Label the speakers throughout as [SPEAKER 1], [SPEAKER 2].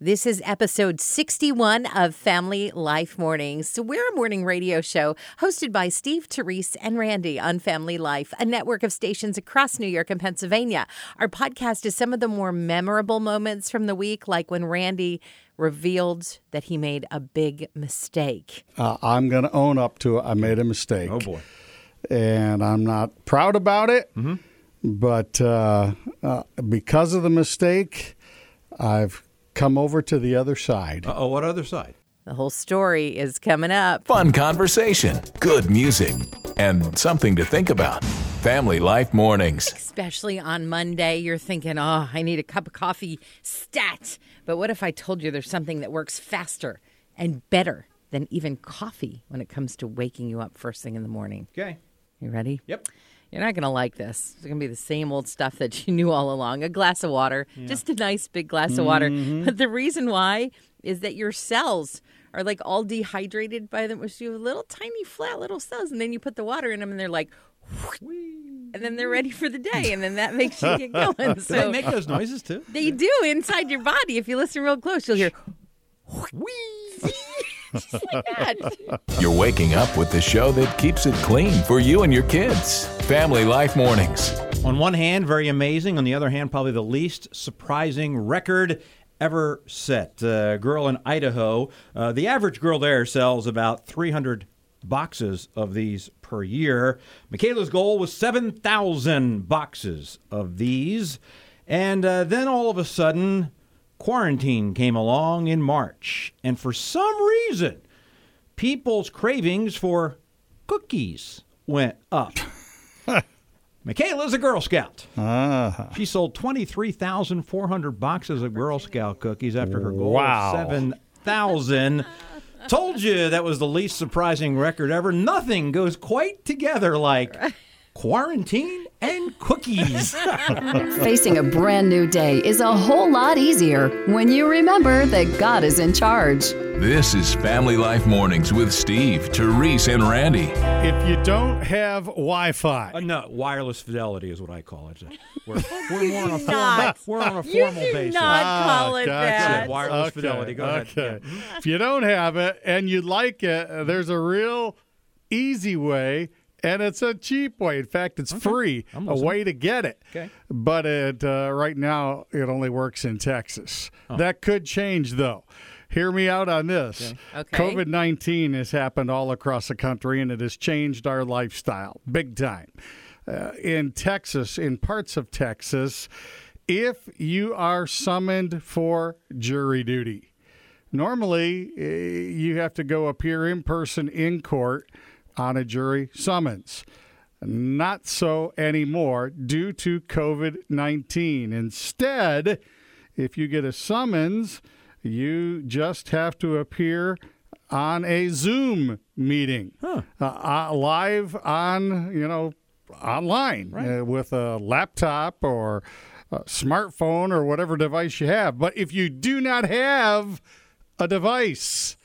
[SPEAKER 1] This is episode 61 of Family Life Mornings. So, we're a morning radio show hosted by Steve, Therese, and Randy on Family Life, a network of stations across New York and Pennsylvania. Our podcast is some of the more memorable moments from the week, like when Randy revealed that he made a big mistake.
[SPEAKER 2] Uh, I'm going to own up to it. I made a mistake.
[SPEAKER 3] Oh boy. Mm-hmm.
[SPEAKER 2] And I'm not proud about it. But uh, uh, because of the mistake, I've come over to the other side.
[SPEAKER 3] Uh oh, what other side?
[SPEAKER 1] The whole story is coming up.
[SPEAKER 4] Fun conversation, good music, and something to think about. Family Life Mornings.
[SPEAKER 1] Especially on Monday, you're thinking, oh, I need a cup of coffee stat. But what if I told you there's something that works faster and better than even coffee when it comes to waking you up first thing in the morning?
[SPEAKER 3] Okay.
[SPEAKER 1] You ready?
[SPEAKER 3] Yep.
[SPEAKER 1] You're not going to like this. It's going to be the same old stuff that you knew all along. A glass of water, just a nice big glass of water.
[SPEAKER 3] Mm-hmm.
[SPEAKER 1] But the reason why is that your cells are like all dehydrated by them. So you have little tiny flat little cells, and then you put the water in them, and they're like, and then they're ready for the day, and then that makes you get going.
[SPEAKER 3] Do they
[SPEAKER 1] So
[SPEAKER 3] make those noises too?
[SPEAKER 1] they do inside your body. If you listen real close, you'll hear
[SPEAKER 3] Whee!
[SPEAKER 1] just like that.
[SPEAKER 4] You're waking up with the show that keeps it clean for you and your kids. Family Life Mornings.
[SPEAKER 3] On one hand, very amazing. On the other hand, probably the least surprising record ever set. Uh, girl in Idaho, uh, the average girl there sells about 300 boxes of these per year. Michaela's goal was 7,000 boxes of these. And uh, then all of a sudden, quarantine came along in March. And for some reason, people's cravings for cookies went up. Michaela's a Girl Scout.
[SPEAKER 1] Uh-huh.
[SPEAKER 3] She sold 23,400 boxes of Girl Scout cookies after her goal
[SPEAKER 2] Wow.
[SPEAKER 3] of 7,000. Told you that was the least surprising record ever. Nothing goes quite together like quarantine and cookies.
[SPEAKER 5] Facing a brand new day is a whole lot easier when you remember that God is in charge.
[SPEAKER 4] This is Family Life Mornings with Steve, Therese, and Randy.
[SPEAKER 2] If you don't have Wi Fi,
[SPEAKER 3] Uh, no, wireless fidelity is what I call it. We're, we're more on a formal,
[SPEAKER 1] not.
[SPEAKER 3] we're on a formal
[SPEAKER 1] You
[SPEAKER 3] Ah,
[SPEAKER 1] do
[SPEAKER 3] basis.
[SPEAKER 1] not call it
[SPEAKER 3] That's it.
[SPEAKER 1] that.
[SPEAKER 3] Wireless fidelity. Go ahead. Mm-hmm.
[SPEAKER 2] okay. If you don't have it and you like it, uh, there's a real easy way and it's a cheap way. In fact, it's free, a way to get it.
[SPEAKER 3] Okay.
[SPEAKER 2] But it uh, right now it only works in Texas. That could change though. Hear me out on this.
[SPEAKER 1] Okay.
[SPEAKER 2] COVID 19 has happened all across the country and it has changed our lifestyle big time Uh, in Texas, in parts of Texas, if you are summoned for jury duty. Normally, eh, you have to go appear in person in court on a jury summons. Not so anymore due to COVID 19. Instead, if you get a summons, you just have to appear on a Zoom meeting, uh, uh, live on you know online uh, with a laptop or a smartphone or whatever device you have. But if you do not have a device,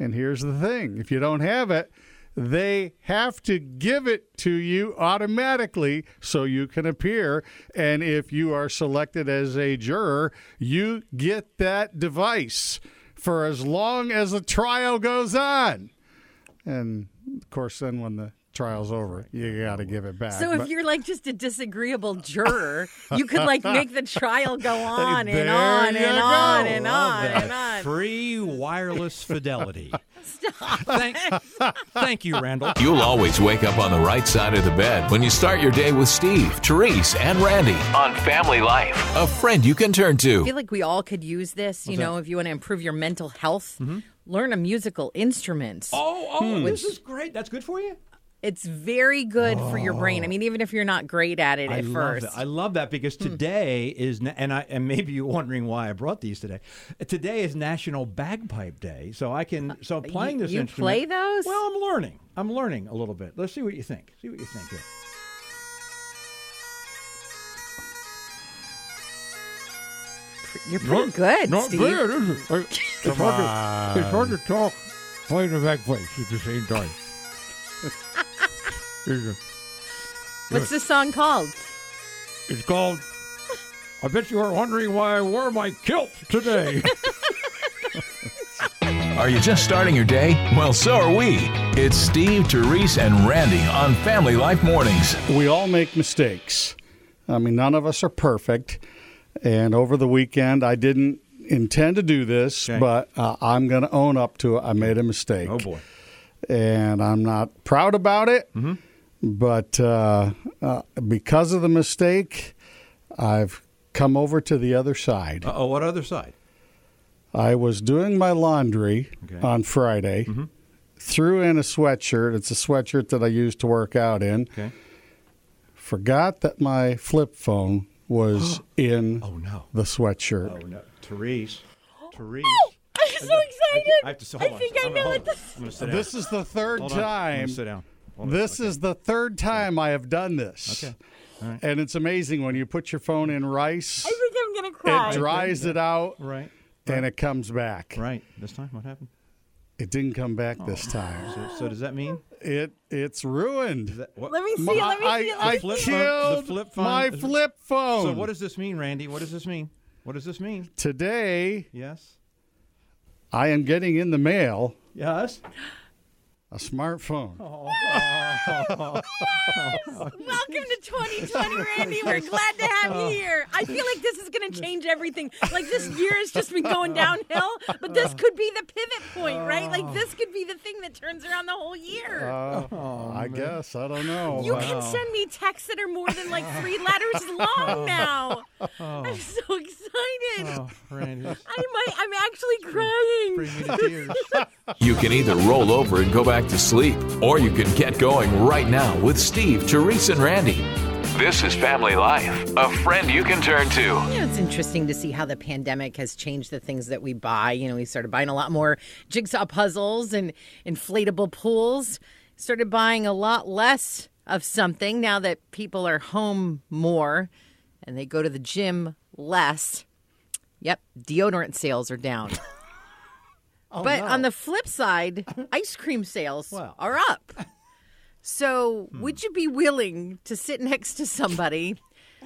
[SPEAKER 2] and here's the thing: if you don't have it. They have to give it to you automatically so you can appear. And if you are selected as a juror, you get that device for as long as the trial goes on. And of course, then when the trial's over, you got to give it back.
[SPEAKER 1] So if
[SPEAKER 2] But
[SPEAKER 1] you're like just a disagreeable juror, you could like make the trial go on
[SPEAKER 2] There
[SPEAKER 1] and on
[SPEAKER 2] you
[SPEAKER 1] and on
[SPEAKER 2] go.
[SPEAKER 1] and
[SPEAKER 3] Love
[SPEAKER 1] on
[SPEAKER 3] that.
[SPEAKER 1] and on.
[SPEAKER 3] Free wireless fidelity. Thank, thank you, Randall.
[SPEAKER 4] You'll always wake up on the right side of the bed when you start your day with Steve, Therese, and Randy on Family Life. A friend you can turn
[SPEAKER 1] I feel
[SPEAKER 4] to.
[SPEAKER 1] like we all could use this, you know, if you want to improve your mental health, learn a musical instrument.
[SPEAKER 3] Mm-hmm. Oh, oh, this is great. That's good for you.
[SPEAKER 1] It's very good for your brain. I mean, even if you're not great at it
[SPEAKER 3] Oh. I
[SPEAKER 1] at
[SPEAKER 3] love
[SPEAKER 1] first. Hmm.
[SPEAKER 3] that. I love that because today is na- and I and maybe you're wondering why I brought these today. Today is National Bagpipe Day, so I can so I'm playing this
[SPEAKER 1] Uh, you
[SPEAKER 3] instrument.
[SPEAKER 1] play those?
[SPEAKER 3] Well, I'm learning. I'm learning a little bit. Let's see what you think. See what you think here.
[SPEAKER 1] you're pretty good, Steve.
[SPEAKER 2] Come on.
[SPEAKER 6] It's hard to talk, play the bagpipes at the same time. it's,
[SPEAKER 1] What's this song called?
[SPEAKER 6] it's called. I bet you are wondering why I wore my kilt today.
[SPEAKER 4] Are you just starting your day? Well, so are we. It's Steve, Therese, and Randy on Family Life Mornings.
[SPEAKER 2] We all make mistakes. I mean, none of us are perfect. And over the weekend, I didn't intend to do this, but uh, I'm going to own up to it. I made a mistake.
[SPEAKER 3] Oh, boy. Mm-hmm.
[SPEAKER 2] And I'm not proud about it. But uh, uh, because of the mistake, I've come over to the other side.
[SPEAKER 3] Uh oh, what other side?
[SPEAKER 2] I was doing my laundry on Friday,
[SPEAKER 3] Mm-hmm.
[SPEAKER 2] threw in a sweatshirt. It's a sweatshirt that I used to work out in.
[SPEAKER 3] Okay.
[SPEAKER 2] Forgot that my flip phone was in
[SPEAKER 3] Oh, no.
[SPEAKER 2] the sweatshirt.
[SPEAKER 3] Oh, no. Therese. Therese.
[SPEAKER 1] I'm so excited.
[SPEAKER 3] I have to hold on a
[SPEAKER 1] think
[SPEAKER 3] sec-
[SPEAKER 1] I
[SPEAKER 3] I'm gonna-
[SPEAKER 1] know
[SPEAKER 3] hold
[SPEAKER 1] what
[SPEAKER 3] on.
[SPEAKER 1] this.
[SPEAKER 3] I'm going to sit down.
[SPEAKER 2] This is the third
[SPEAKER 3] Hold on. I'm
[SPEAKER 2] time.
[SPEAKER 3] gonna sit down. Hold on.
[SPEAKER 2] This is the third time I have done this.
[SPEAKER 3] Okay.
[SPEAKER 2] And it's amazing when you put your phone in rice,
[SPEAKER 1] I think I'm gonna cry.
[SPEAKER 2] it dries it out,
[SPEAKER 3] Right.
[SPEAKER 2] and it comes back.
[SPEAKER 3] Right. Oh. This time, what happened?
[SPEAKER 2] It didn't come back this time.
[SPEAKER 3] So, so does that mean
[SPEAKER 2] It it's ruined.
[SPEAKER 3] that what?
[SPEAKER 1] Let me see. Let me see.
[SPEAKER 2] I, I
[SPEAKER 3] flip phone- the
[SPEAKER 2] killed
[SPEAKER 3] flip phone
[SPEAKER 2] my
[SPEAKER 3] is-
[SPEAKER 2] flip phone.
[SPEAKER 3] So what does this mean, Randy? What does this mean? What does this mean?
[SPEAKER 2] Today,
[SPEAKER 3] Yes.
[SPEAKER 2] I am getting in the mail
[SPEAKER 3] Yes.
[SPEAKER 2] a smartphone.
[SPEAKER 3] Oh,
[SPEAKER 1] Welcome to 2020, Randy. We're glad to have you here. I feel like this is going to change everything. Like this year has just been going downhill, but this could be the pivot point, right? Like this could be the thing that turns around the whole year.
[SPEAKER 2] Uh, I guess I don't know.
[SPEAKER 1] You can send me texts that are more than like three letters long now. I'm so excited.
[SPEAKER 3] Oh, Randy. this
[SPEAKER 1] I might, I'm actually crying.
[SPEAKER 3] Bring me to tears.
[SPEAKER 4] You can either roll over and go back to sleep, or you can get going right now with Steve, Therese, and Randy. This is Family Life, a friend you can turn to.
[SPEAKER 1] You know, it's interesting to see how the pandemic has changed the things that we buy. You know, we started buying a lot more jigsaw puzzles and inflatable pools, started buying a lot less of something now that people are home more and they go to the gym less. Yep, deodorant sales are down. but on the flip side, ice cream sales are up. So, would you be willing to sit next to somebody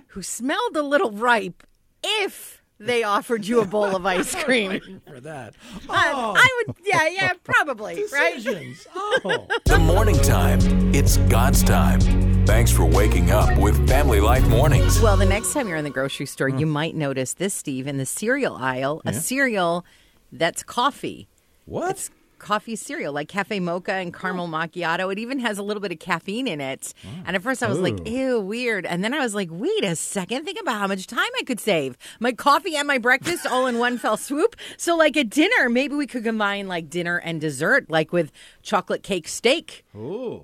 [SPEAKER 1] who smelled a little ripe if they offered you a bowl of ice cream?
[SPEAKER 6] for that.
[SPEAKER 1] Uh, I would, yeah, yeah, probably, right?
[SPEAKER 6] Decisions. Oh.
[SPEAKER 4] The morning time, it's God's time. Thanks for waking up with Family Life Mornings.
[SPEAKER 1] Well, the next time you're in the grocery store, you might notice this, Steve, in the cereal aisle, a cereal that's coffee.
[SPEAKER 3] What?
[SPEAKER 1] It's coffee cereal, like cafe mocha and caramel macchiato. It even has a little bit of caffeine in it. And at first I was like, ew, weird. And then I was like, wait a second, think about how much time I could save. My coffee and my breakfast all in one fell swoop. So like at dinner, maybe we could combine like dinner and dessert, like with chocolate cake steak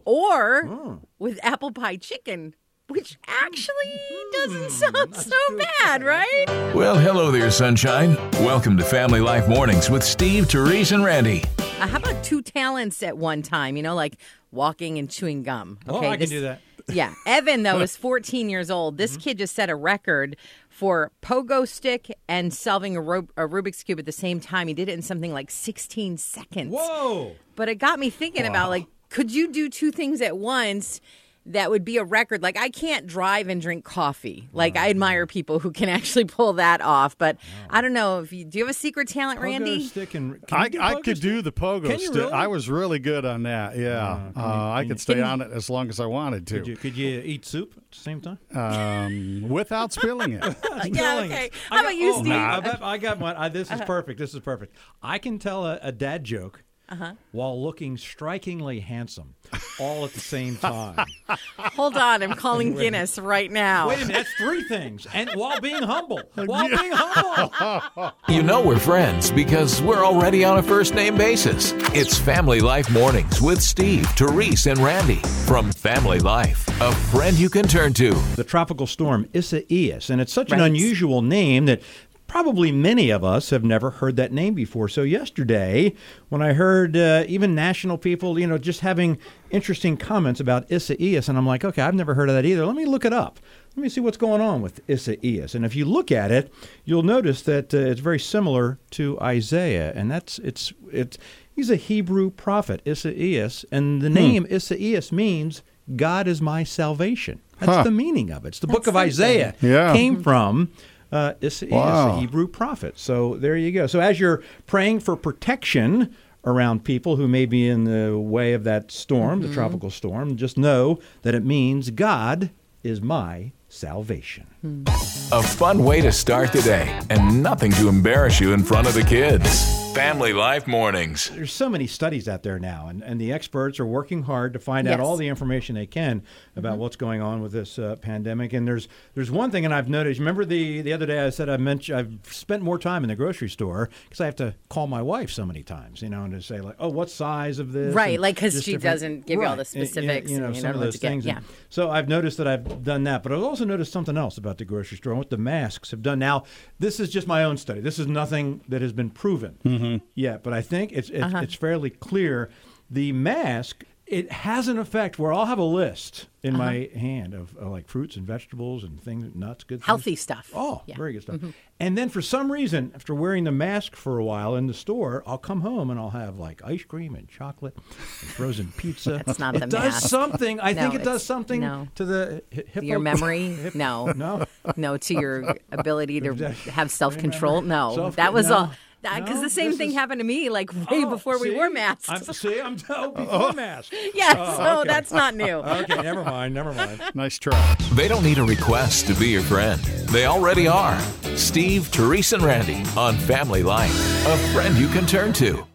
[SPEAKER 1] or with apple pie chicken. Which actually doesn't sound so bad, right?
[SPEAKER 4] Well, hello there, sunshine. Welcome to Family Life Mornings with Steve, Therese, and Randy.
[SPEAKER 1] Uh, how about two talents at one time? You know, like walking and chewing gum.
[SPEAKER 3] Oh, I can do that. Mm-hmm.
[SPEAKER 1] Yeah, Evan though is 14 years old. This kid just set a record for pogo stick and solving a, ro- a Rubik's cube at the same time. He did it in something like 16 seconds.
[SPEAKER 3] Whoa.
[SPEAKER 1] But it got me thinking about like, could you do two things at once? That would be a record. Like, I can't drive and drink coffee. Like, I admire people who can actually pull that off. But I don't know if you do. You have a secret talent, Randy?
[SPEAKER 3] Pogo stick and, can you
[SPEAKER 2] I,
[SPEAKER 3] do
[SPEAKER 2] I
[SPEAKER 3] pogo
[SPEAKER 2] could
[SPEAKER 3] stick?
[SPEAKER 2] do the pogo
[SPEAKER 3] Can you
[SPEAKER 2] stick.
[SPEAKER 3] really?
[SPEAKER 2] I was really good on that. Yeah, uh, I could stay on it as long as I wanted to,
[SPEAKER 3] Could you, could you eat soup at the same time?
[SPEAKER 2] um, without spilling it.
[SPEAKER 1] yeah,
[SPEAKER 3] Killing
[SPEAKER 1] okay.
[SPEAKER 3] it.
[SPEAKER 1] How
[SPEAKER 3] I
[SPEAKER 1] about
[SPEAKER 3] got-
[SPEAKER 1] you,
[SPEAKER 3] oh,
[SPEAKER 1] Steve? Uh-huh.
[SPEAKER 3] I, bet- I got one. I, this is perfect. This is perfect. I can tell a, a dad joke
[SPEAKER 1] Uh-huh.
[SPEAKER 3] while looking strikingly handsome all at the same time.
[SPEAKER 1] Hold on, I'm calling Guinness right now.
[SPEAKER 3] Wait a minute, that's three things. And while being humble. While being humble.
[SPEAKER 4] You know we're friends because we're already on a first name basis. It's Family Life Mornings with Steve, Therese, and Randy from Family Life, a friend you can turn to.
[SPEAKER 3] The tropical storm Isaias, and it's such an
[SPEAKER 1] Right.
[SPEAKER 3] unusual name that probably many of us have never heard that name before. So yesterday, when I heard uh, even national people, you know, just having interesting comments about Isaias, and I'm like, okay, I've never heard of that either. Let me look it up. Let me see what's going on with Isaias. And if you look at it, you'll notice that uh, it's very similar to Isaiah, and that's it's it's he's a Hebrew prophet, Isaias, and
[SPEAKER 2] Hmm.
[SPEAKER 3] the name Isaias means God is my salvation. That's
[SPEAKER 2] Huh.
[SPEAKER 3] the meaning of it. It's the book of Isaiah
[SPEAKER 2] Yeah.
[SPEAKER 3] came from uh, Isaiah,
[SPEAKER 2] Wow.
[SPEAKER 3] a Hebrew prophet. So there you go. So as you're praying for protection around people who may be in the way of that storm, the tropical storm, just know that it means God is my salvation.
[SPEAKER 4] A fun way to start the day and nothing to embarrass you in front of the kids. Family Life Mornings.
[SPEAKER 3] There's so many studies out there now, and, and the experts are working hard to find out
[SPEAKER 1] Yes. Mm-hmm.
[SPEAKER 3] all the information they can about what's going on with this uh, pandemic. And there's there's one thing, and I've noticed. Remember the the other day I said I mentioned I've spent more time in the grocery store because I have to call my wife so many times, you know, and to say like, oh, what size of this?
[SPEAKER 1] Right,
[SPEAKER 3] and
[SPEAKER 1] like, 'cause
[SPEAKER 3] just
[SPEAKER 1] she
[SPEAKER 3] different-
[SPEAKER 1] doesn't give you all the
[SPEAKER 3] Right, and,
[SPEAKER 1] specifics
[SPEAKER 3] You know,
[SPEAKER 1] and you
[SPEAKER 3] some
[SPEAKER 1] don't
[SPEAKER 3] of
[SPEAKER 1] know what
[SPEAKER 3] those
[SPEAKER 1] to get,
[SPEAKER 3] things.
[SPEAKER 1] yeah.
[SPEAKER 3] And So I've noticed that I've done that, but I've also noticed something else about the grocery store, what the masks have done. Now, this is just my own study. This is nothing that has been proven yet, but I think it's
[SPEAKER 1] Uh-huh.
[SPEAKER 3] it's, it's fairly clear the mask. It has an effect where I'll have a list in
[SPEAKER 1] Uh-huh.
[SPEAKER 3] my hand of, uh like fruits and vegetables and things, nuts, good things.
[SPEAKER 1] Healthy stuff.
[SPEAKER 3] Oh,
[SPEAKER 1] Yeah. Mm-hmm.
[SPEAKER 3] very good stuff. And then for some reason, after wearing the mask for a while in the store, I'll come home and I'll have like ice cream and chocolate and frozen pizza.
[SPEAKER 1] That's not
[SPEAKER 3] it
[SPEAKER 1] the
[SPEAKER 3] does
[SPEAKER 1] mask.
[SPEAKER 3] something. I
[SPEAKER 1] No,
[SPEAKER 3] think it does
[SPEAKER 1] it's-
[SPEAKER 3] something
[SPEAKER 1] no.
[SPEAKER 3] to the hi- hippo-
[SPEAKER 1] Your memory? No.
[SPEAKER 3] No.
[SPEAKER 1] No, to your ability to have self control? No.
[SPEAKER 3] Self-
[SPEAKER 1] that was
[SPEAKER 3] no.
[SPEAKER 1] all. Because
[SPEAKER 3] No,
[SPEAKER 1] the same
[SPEAKER 3] this
[SPEAKER 1] thing
[SPEAKER 3] is-
[SPEAKER 1] happened to me, like way
[SPEAKER 3] Oh,
[SPEAKER 1] before we
[SPEAKER 3] see?
[SPEAKER 1] wore masks.
[SPEAKER 3] I'm, Oh, see, I'm oh, before mask.
[SPEAKER 1] yeah, so that's not new.
[SPEAKER 3] Okay, never mind. Never mind.
[SPEAKER 2] Nice try.
[SPEAKER 4] They don't need a request to be your friend. They already are. Steve, Teresa, and Randy on Family Life. A friend you can turn to.